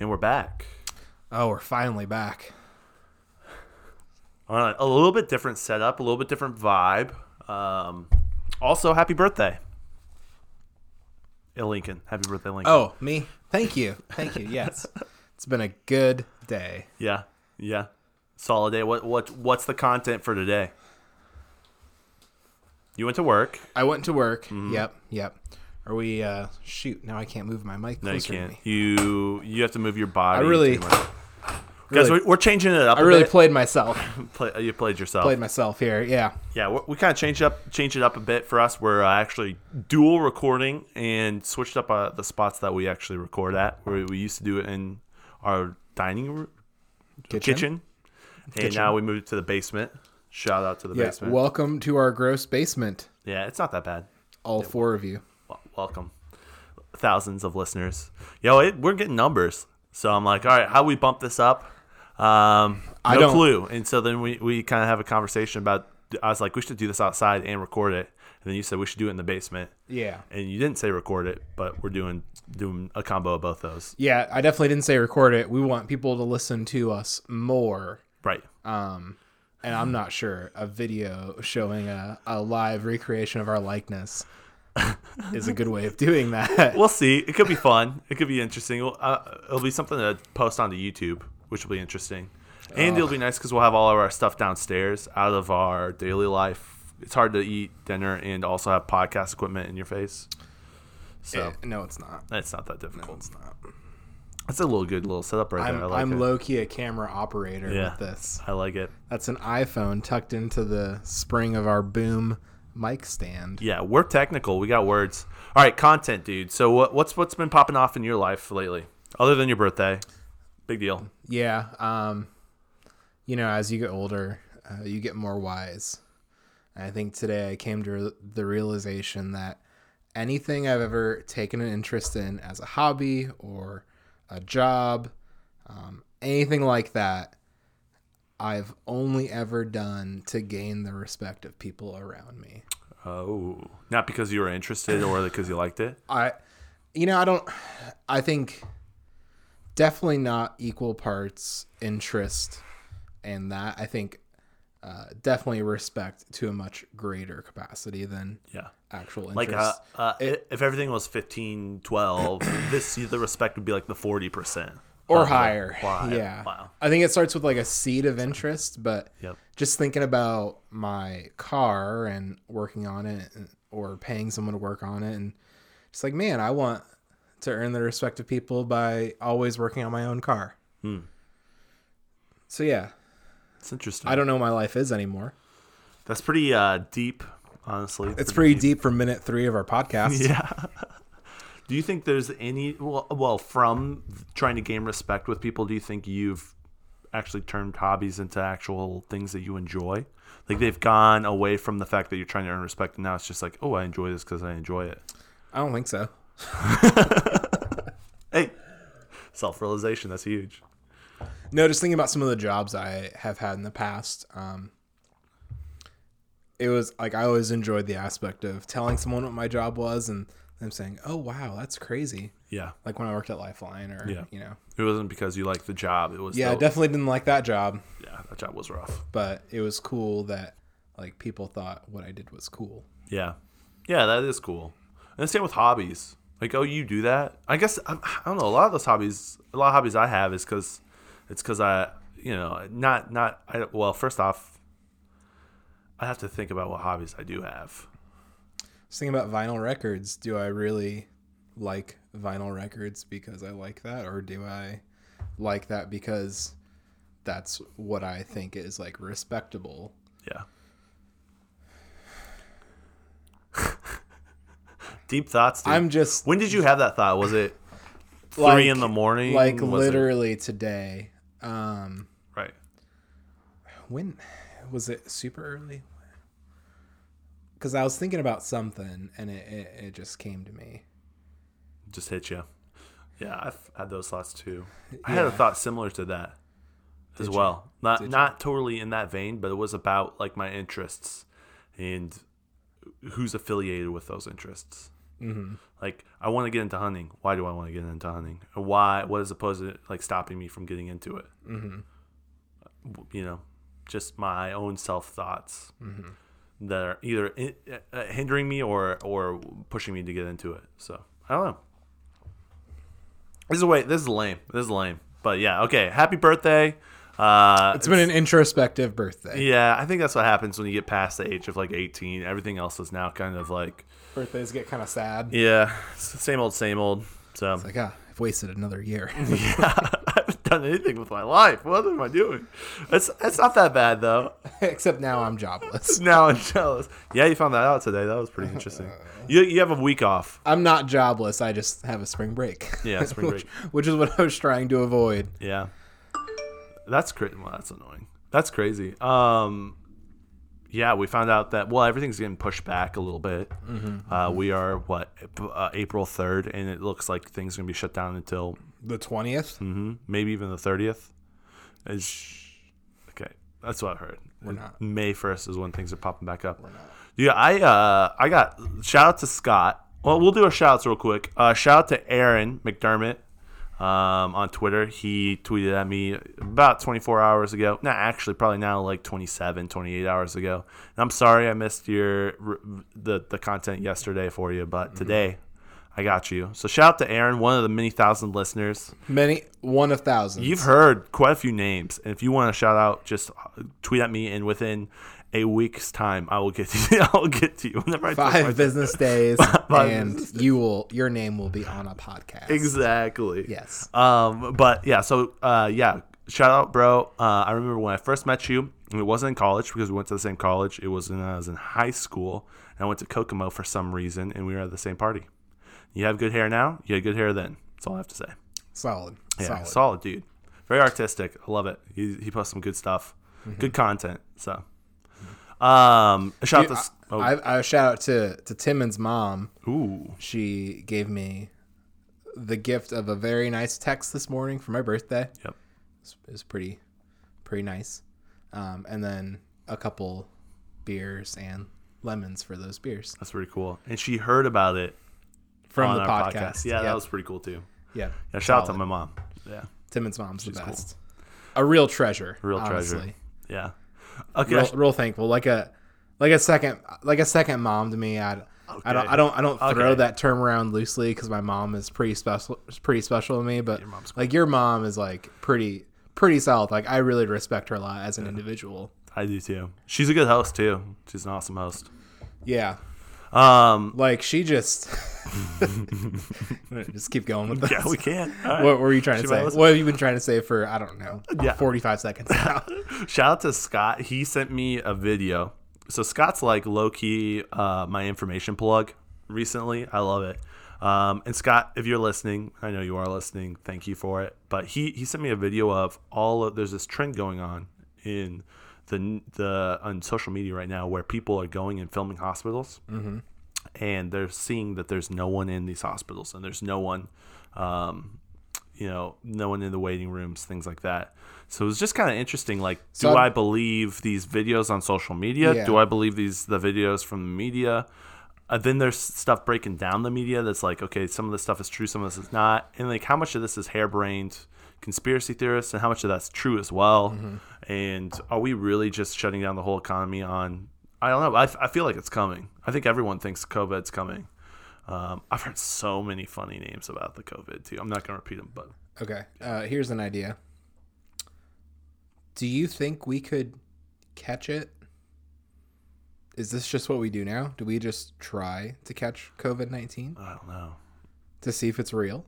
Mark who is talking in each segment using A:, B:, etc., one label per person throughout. A: And we're back
B: Oh, we're finally back.
A: on a, a little bit different setup, a little bit different vibe. Um, also, happy birthday, Il Lincoln. Happy birthday, Lincoln.
B: Oh, me? Thank you. Thank you. Yes. it's been a good day.
A: yeah, yeah. Solid day. What what what's the content for today? You went to work.
B: I went to work. Yep. Yep. Are we uh shoot, now I can't move my mic
A: No, you
B: closer
A: can't.
B: to me.
A: You you have to move your body.
B: I really-
A: pretty much. guys,
B: really-
A: we're, we're changing it up.
B: I
A: a
B: really
A: bit.
B: played myself.
A: Play- you played yourself.
B: Played myself here. Yeah.
A: Yeah, we we kind of changed up, changed it up a bit for us. We're uh, actually dual recording and switched up uh, the spots that we actually record at. Where we used to do it in our dining room, kitchen, and
B: Kitchen.
A: now we moved to the basement. Shout out to the
B: Yeah.
A: basement.
B: Welcome to our gross basement,
A: yeah, it's not that bad.
B: all four of you.
A: Wel- Welcome, thousands of listeners. Yo, it, we're getting numbers, so I'm like, all right, how we bump this up? Um, no
B: I don't-
A: clue. And so then we we kind of have a conversation about. I was like, we should do this outside and record it. And then you said we should do it in the basement.
B: Yeah.
A: and you didn't say record it, but we're doing doing a combo of both those.
B: Yeah, I definitely didn't say record it. We want people to listen to us more.
A: Right.
B: Um and I'm not sure a video showing a, a live recreation of our likeness is a good way of doing that.
A: We'll see. It could be fun. It could be interesting. We'll- Uh, it'll be something to post onto YouTube, which will be interesting. And it'll be nice because we'll have all of our stuff downstairs out of our daily life. It's hard to eat dinner and also have podcast equipment in your face. So
B: Eh, no, it's not.
A: it's not that difficult. it's not. That's a little good little setup right
B: I'm,
A: there. I like
B: I'm
A: it.
B: low key a camera operator
A: Yeah.
B: with this.
A: I like it.
B: That's an iPhone tucked into the spring of our boom mic stand.
A: Yeah, we're technical. We got words. All right, content, dude. So what, what's what's been popping off in your life lately, other than your birthday? Big
B: Mm.
A: deal.
B: Yeah. Um, you know, as you get older, uh, you get more wise. And I think today I came to the realization that anything I've ever taken an interest in as a hobby or a job, um, anything like that, I've only ever done to gain the respect of people around me.
A: Oh, not because you were interested or because you liked it.
B: I, you know, I don't. I think definitely not equal parts interest and that. I think uh, definitely respect to a much greater capacity than
A: Yeah.
B: actual interest.
A: Like uh, uh, if everything was 15, 12, this the respect would be like the forty percent
B: or higher.
A: Wow.
B: Yeah.
A: Wow.
B: I think it starts with like a seed of interest, but
A: Yep.
B: just thinking about my car and working on it and, or paying someone to work on it and it's like, man, I want to earn the respect of people by always working on my own car.
A: Hmm.
B: So yeah,
A: It's interesting.
B: I don't know what my life is anymore.
A: That's pretty uh, deep, honestly.
B: It's pretty deep for minute 3 of our podcast.
A: Yeah. do you think there's any well, well from trying to gain respect with people? Do you think you've actually turned hobbies into actual things that you enjoy? Like they've gone away from the fact that you're trying to earn respect, and now it's just like, oh, I enjoy this because I enjoy it.
B: I don't think so.
A: Hey, self-realization. That's huge.
B: No, just thinking about some of the jobs I have had in the past. Um, it was like I always enjoyed the aspect of telling someone what my job was and them saying, "Oh wow, that's crazy."
A: Yeah,
B: Like when I worked at Lifeline, or
A: Yeah.
B: you know,
A: it wasn't because you liked the job. It was
B: yeah, I
A: the-
B: definitely didn't like that job,
A: yeah, that job was rough.
B: but it was cool that like people thought what I did was cool.
A: Yeah, yeah, that is cool. And the same with hobbies. Like, oh, you do that? I guess I, I don't know. A lot of those hobbies, a lot of hobbies I have is because it's because I, you know, not not. I, well, first off, I have to think about what hobbies I do have.
B: Just thinking about vinyl records. Do I really like vinyl records because I like that, or do I like that because that's what I think is like respectable?
A: Yeah. Deep thoughts. Dude.
B: I'm just
A: When did you have that thought? Was it three
B: Like-
A: in the morning?
B: like
A: Was it-
B: literally today. Um,
A: right.
B: when was it super early? Because I was thinking about something and it, it, it just came to me.
A: just hit you. Yeah, I've had those thoughts too. I had a thought similar to that as well. Not not totally in that vein, but it was about like my interests and who's affiliated with those interests.
B: Mm-hmm.
A: Like I want to get into hunting. Why do I want to get into hunting? Or Why? What is opposed to like stopping me from getting into it? Mm-hmm. You know, just my own self thoughts
B: Mm-hmm.
A: that are either in, uh, hindering me or or pushing me to get into it. So I don't know. This is way. This is lame. This is lame. But yeah, okay. Happy birthday. Uh,
B: It's been an introspective birthday.
A: yeah, I think that's what happens when you get past the age of like 18. Everything else is now kind of like,
B: Birthdays get kind of sad.
A: yeah, s- same old, same old. So,
B: Like, ah, I've wasted another year.
A: yeah, I haven't done anything with my life. What am I doing? It's, it's not that bad, though.
B: Except now I'm jobless.
A: Now I'm jealous. Yeah, you found that out today. That was pretty interesting. You, you have a week off.
B: I'm not jobless. I just have a spring break.
A: Yeah, spring
B: which, which is what I was trying to avoid.
A: Yeah. That's crazy. Well, that's annoying. That's crazy. Um, yeah, we found out that well, everything's getting pushed back a little bit. Uh, we are what uh, April third, and it looks like things are gonna be shut down until
B: The 20th?
A: mhm, maybe even the thirtieth. Is okay. That's what I heard. We're
B: not.
A: May first is when things are popping back up. Yeah, I uh, I got shout out to Scott. Well, we'll do our shout outs real quick. Uh, shout out to Aaron McDermott um, on Twitter. He tweeted at me about 24 hours ago. Not actually, probably now like 27, 28 hours ago. And I'm sorry I missed your r- the the content yesterday for you, but today I got you. So shout out to Aaron, one of the many thousand listeners.
B: Many, one of thousands.
A: You've heard quite a few names, and if you want to shout out, just uh, tweet at me, and within a week's time, I will get to you. I'll get to you whenever I talk
B: five
A: about-
B: business days,
A: Five
B: and you will, your name will be on a podcast.
A: Exactly.
B: Yes.
A: Um, but yeah, so uh, yeah, shout out, bro. Uh, I remember when I first met you. and It wasn't in college because we went to the same college. It was when I was in high school, and I went to Kokomo for some reason, and we were at the same party. You have good hair now. You had good hair then. That's all I have to say.
B: Solid.
A: Yeah, solid,
B: Solid.
A: dude. Very artistic. I love it. He, he posts some good stuff,
B: Mm-hmm.
A: good content. So, um, a shout out to s- oh,
B: I, I shout out to, to Timon's mom.
A: ooh,
B: She gave me the gift of a very nice text this morning for my birthday.
A: yep,
B: It's- It was pretty, pretty nice. Um, and then a couple beers and lemons for those beers
A: that's pretty cool. And she heard about it
B: from
A: on
B: the
A: our
B: podcast.
A: Yeah,
B: yep.
A: that was pretty cool too.
B: yep.
A: Yeah, shout out to
B: Solid.
A: my mom. Yeah,
B: Timmons mom's the
A: cool.
B: best. A real treasure.
A: real
B: honestly.
A: treasure. Yeah. Okay.
B: Real, real thankful. Like a like a second like a second mom to me. I I don't
A: Okay.
B: I don't I don't throw
A: Okay.
B: that term around loosely because my mom is pretty special is pretty special to me. But
A: mom's cool.
B: like your mom is like pretty pretty solid. Like I really respect her a lot as an individual.
A: I do too. She's a good host too. She's an awesome host.
B: Yeah.
A: Um,
B: Like she just just keep going with this.
A: yeah, we can. All right.
B: What were you trying
A: She
B: to
A: might
B: say?
A: listen.
B: What have you been trying to say for I don't know,
A: Yeah.
B: forty five seconds now?
A: Shout out to Scott. He sent me a video. So Scott's like low key uh, my information plug recently. I love it. Um, and Scott, if you're listening, I know you are listening. Thank you for it. But he he sent me a video of all of there's this trend going on in the the on social media right now where people are going and filming hospitals and they're seeing that there's no one in these hospitals and there's no one um, you know no one in the waiting rooms things like that so it was just kind of interesting like
B: So
A: do
B: I'm-
A: i believe these videos on social media
B: Yeah.
A: do i believe these the videos from the media uh, then there's stuff breaking down the media that's like okay some of this stuff is true some of this is not and like how much of this is harebrained conspiracy theorists and how much of that's true as well and are we really just shutting down the whole economy on i don't know i, f- I feel like it's coming i think everyone thinks covid's coming um, I've heard so many funny names about the COVID too. I'm not gonna repeat them, but
B: Okay. Uh, here's an idea. Do you think we could catch it? Is this just what we do now? Do we just try to catch COVID 19
A: I don't know.
B: to see if it's real?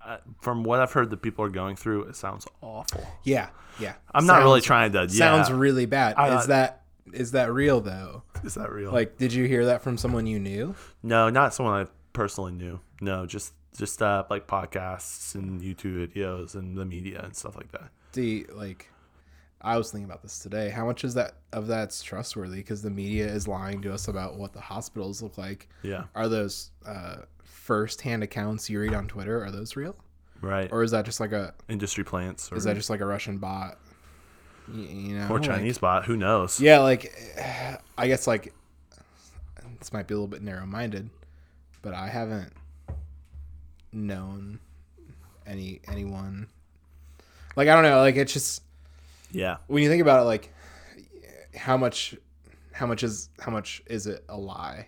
A: I, from what I've heard that people are going through, it sounds awful.
B: Yeah. Yeah.
A: I'm not really
B: Sounds-
A: trying to. Yeah,
B: Sounds really bad.
A: I-
B: is that is that real though?
A: is that real?
B: Like did you hear that from someone you knew?
A: no, not someone I personally knew. No, just just uh, like podcasts and YouTube videos and the media and stuff like that.
B: Do you, like I was thinking about this today. How much is that of that's trustworthy because the media is lying to us about what the hospitals look like.
A: Yeah,
B: are those uh, first-hand accounts you read on Twitter are those real,
A: right.
B: or is that just like a
A: Industry plants or,
B: is that just like a Russian bot? Y- You know,
A: or
B: like-
A: Chinese bot? Who knows?
B: yeah, like I guess like this might be a little bit narrow-minded, but I haven't known any anyone. Like I don't know. Like it's just
A: Yeah.
B: when you think about it, like how much, how much is how much is it a lie?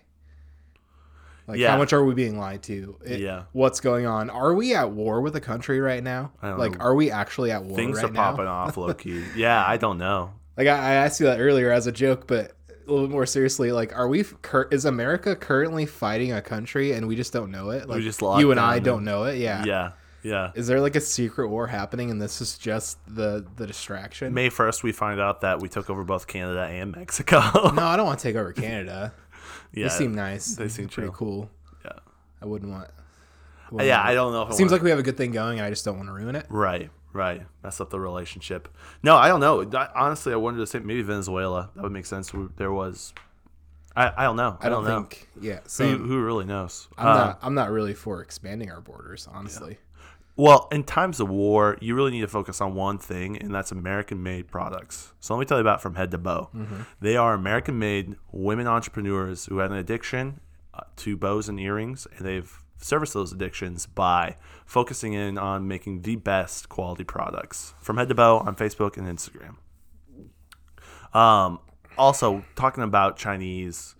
B: Like
A: Yeah.
B: how much are we being lied to? It-
A: Yeah.
B: What's going on? Are we at war with a country right now?
A: I don't
B: Like,
A: know.
B: are we actually at war
A: Things
B: right
A: are
B: now?
A: popping off low key. Yeah, I don't know.
B: Like I, I asked you that earlier as a joke, but a little bit more seriously, like, are we? f- Cur- is America currently fighting a country and we just don't know it? Like
A: just locked
B: you and I
A: down
B: don't
A: and-
B: know it. Yeah.
A: Yeah. Yeah.
B: Is there like a secret war happening and this is just the the distraction?
A: May 1st, we find out that we took over both Canada and Mexico.
B: No, I don't want to take over Canada.
A: yeah.
B: They seem nice.
A: they seem
B: pretty
A: chill.
B: cool.
A: Yeah.
B: I wouldn't want. wouldn't
A: yeah,
B: want-
A: I don't know if I
B: Seems
A: wanna-
B: like we have a good thing going, and I just don't want to ruin it.
A: Right, right. Mess up the relationship. No, I don't know. I- honestly, I wanted to say maybe Venezuela. That would make sense. We- There was. I, I don't know. I,
B: I don't,
A: don't, know.
B: think. Yeah,
A: Who,
B: same.
A: who really knows?
B: I'm
A: Uh,
B: not. I'm not really for expanding our borders, honestly.
A: Well, in times of war, you really need to focus on one thing, and that's American made products. So let me tell you about From Head to Bow.
B: Mm-hmm.
A: They are American made women entrepreneurs who had an addiction uh, to bows and earrings, and they've serviced those addictions by focusing in on making the best quality products. From Head to Bow on Facebook and Instagram. Um, also, talking about Chinese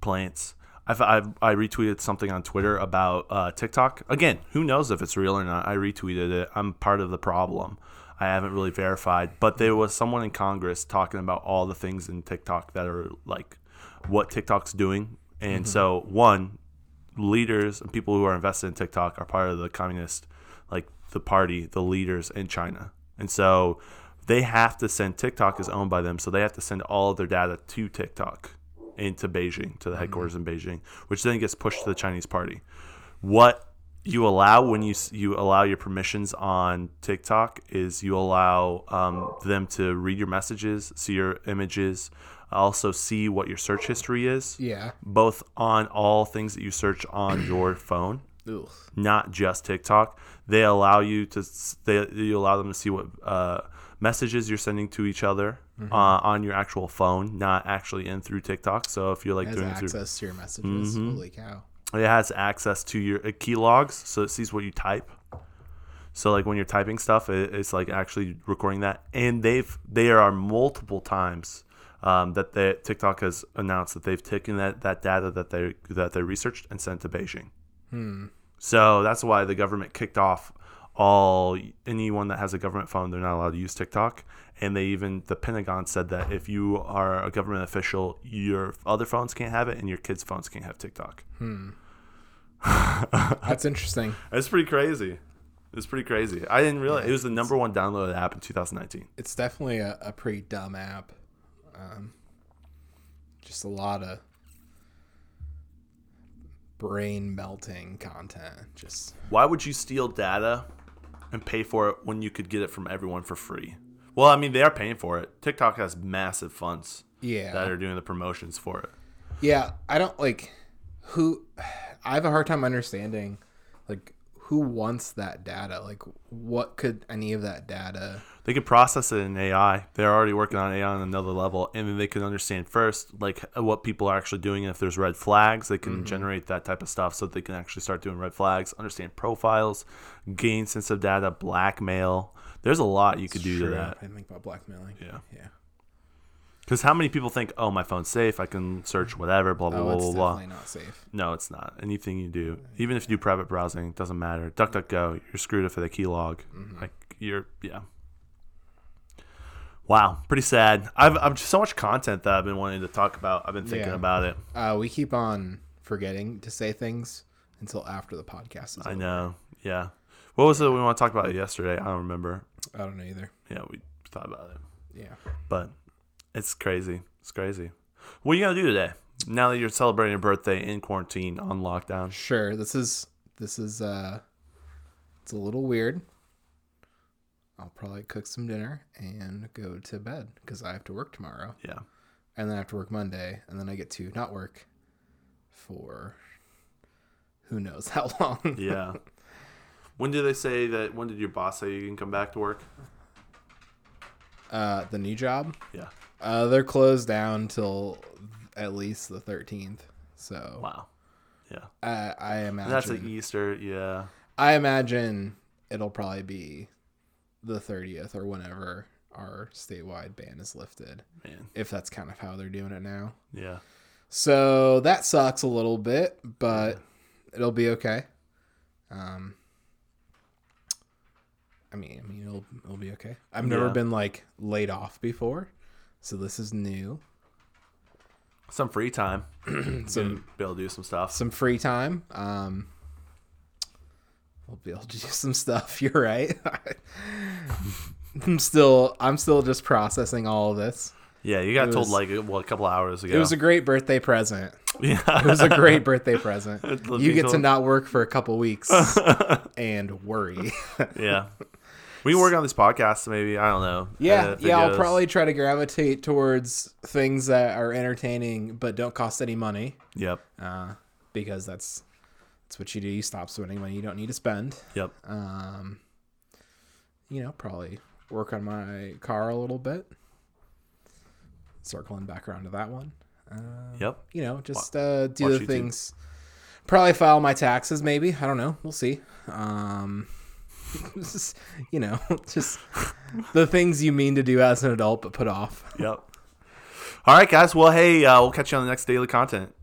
A: plants, I've, I've, I retweeted something on Twitter about uh, TikTok. Again, who knows if it's real or not? I retweeted it. I'm part of the problem. I haven't really verified, but there was someone in Congress talking about all the things in TikTok that are like what TikTok's doing. And so, one, leaders and people who are invested in TikTok are part of the communist, like the party, the leaders in China. And so they have to send TikTok is owned by them, so they have to send all of their data to TikTok and to Beijing, to the headquarters in Beijing, which then gets pushed to the Chinese party. What you allow when you s- you allow your permissions on TikTok is you allow um, them to read your messages, see your images, also see what your search history is
B: Yeah.
A: both on all things that you search on your phone,
B: Ugh.
A: not just TikTok. They allow you to s- they you allow them to see what uh, messages you're sending to each other uh, on your actual phone, not actually in through TikTok. So if you're like
B: Has
A: doing it through,
B: access to your messages.
A: Mm-hmm.
B: Holy cow.
A: it has access to your uh, key logs, so it sees what you type. So like when you're typing stuff, it, it's like actually recording that. And they've there are multiple times um, that they, TikTok has announced that they've taken that, that data that they that they researched and sent to Beijing. So that's why the government kicked off all anyone that has a government phone, they're not allowed to use TikTok. And they even the Pentagon said that if you are a government official, your other phones can't have it, and your kids' phones can't have TikTok.
B: That's interesting.
A: It's pretty crazy. It's pretty crazy. I didn't realize it was the number one downloaded app in 2019.
B: It's definitely a, a pretty dumb app. Um, just a lot of brain melting content. Just
A: Why would you steal data and pay for it when you could get it from everyone for free? Well, I mean, they are paying for it. TikTok has massive funds
B: yeah.
A: that are doing the promotions for it.
B: Yeah, I don't like who I have a hard time understanding like who wants that data? Like what could any of that data
A: They could process it in AI. They're already working on AI on another level, and then they can understand first like what people are actually doing. And if there's red flags, they can
B: Mm-hmm.
A: generate that type of stuff, so they can actually start doing red flags, understand profiles, gain sense of data, blackmail. There's a lot you could do
B: Sure,
A: to that.
B: I didn't think about blackmailing.
A: Yeah.
B: Yeah.
A: Because how many people think, oh, my phone's safe. I can search whatever, blah, blah,
B: Oh,
A: blah,
B: it's
A: blah, blah.
B: definitely not safe.
A: No, it's not. Anything you do, even if you do private browsing, it doesn't matter. DuckDuckGo, you're screwed if they keylog. Like, you're, yeah. Wow, pretty sad. I've, I've just so much content that I've been wanting to talk about. I've been thinking
B: Yeah.
A: about it.
B: Uh, we keep on forgetting to say things until after the podcast is
A: I
B: over.
A: know. Yeah. What was it we want to talk about yesterday? I don't remember.
B: I don't know either.
A: Yeah, we thought about it.
B: Yeah.
A: But it's crazy. It's crazy. What are you going to do today? Now that you're celebrating your birthday in quarantine on lockdown.
B: Sure. This is this is uh it's a little weird. I'll probably cook some dinner and go to bed because I have to work tomorrow.
A: Yeah.
B: and then I have to work Monday, and then I get to not work for who knows how long.
A: Yeah. when did they say that? When did your boss say you can come back to work?
B: Uh, the new job,
A: Yeah.
B: uh, they're closed down till at least the 13th. So
A: Wow. Yeah.
B: Uh, I
A: And that's e- at
B: imagine.
A: Easter. Yeah.
B: I imagine it'll probably be the thirtieth or whenever our statewide ban is lifted,
A: Man.
B: if that's kind of how they're doing it now.
A: Yeah.
B: So that sucks a little bit, but it'll be okay. Um, I mean, I mean, it'll it'll be okay. I've never
A: Yeah.
B: been like laid off before, so this is new.
A: Some free time.
B: Some
A: Be able to do some stuff.
B: some free time. Um, we'll be able to do some stuff. You're right. I'm still I'm still just processing all of this.
A: Yeah. You got
B: It
A: told
B: was-
A: like well, a couple hours ago.
B: It was a great birthday present.
A: yeah.
B: It was a great birthday present.
A: Let
B: you
A: me
B: get to
A: tell-
B: not work for a couple weeks and worry.
A: yeah. We can work on these podcasts, maybe. I don't know. Uh,
B: yeah,
A: edit
B: yeah. I'll
A: videos.
B: probably try to gravitate towards things that are entertaining but don't cost any money,
A: Yep.
B: uh, because that's that's what you do. You stop spending money you don't need to spend.
A: Yep.
B: Um, you know, probably work on my car a little bit. Circling back around to that one.
A: Yep.
B: You know, just uh, do
A: watch
B: the
A: YouTube.
B: things. Probably file my taxes, maybe. I don't know. We'll see. Um, just, you know, just the things you mean to do as an adult but put off.
A: Yep. All right, guys. Well, hey, uh, we'll catch you on the next daily content.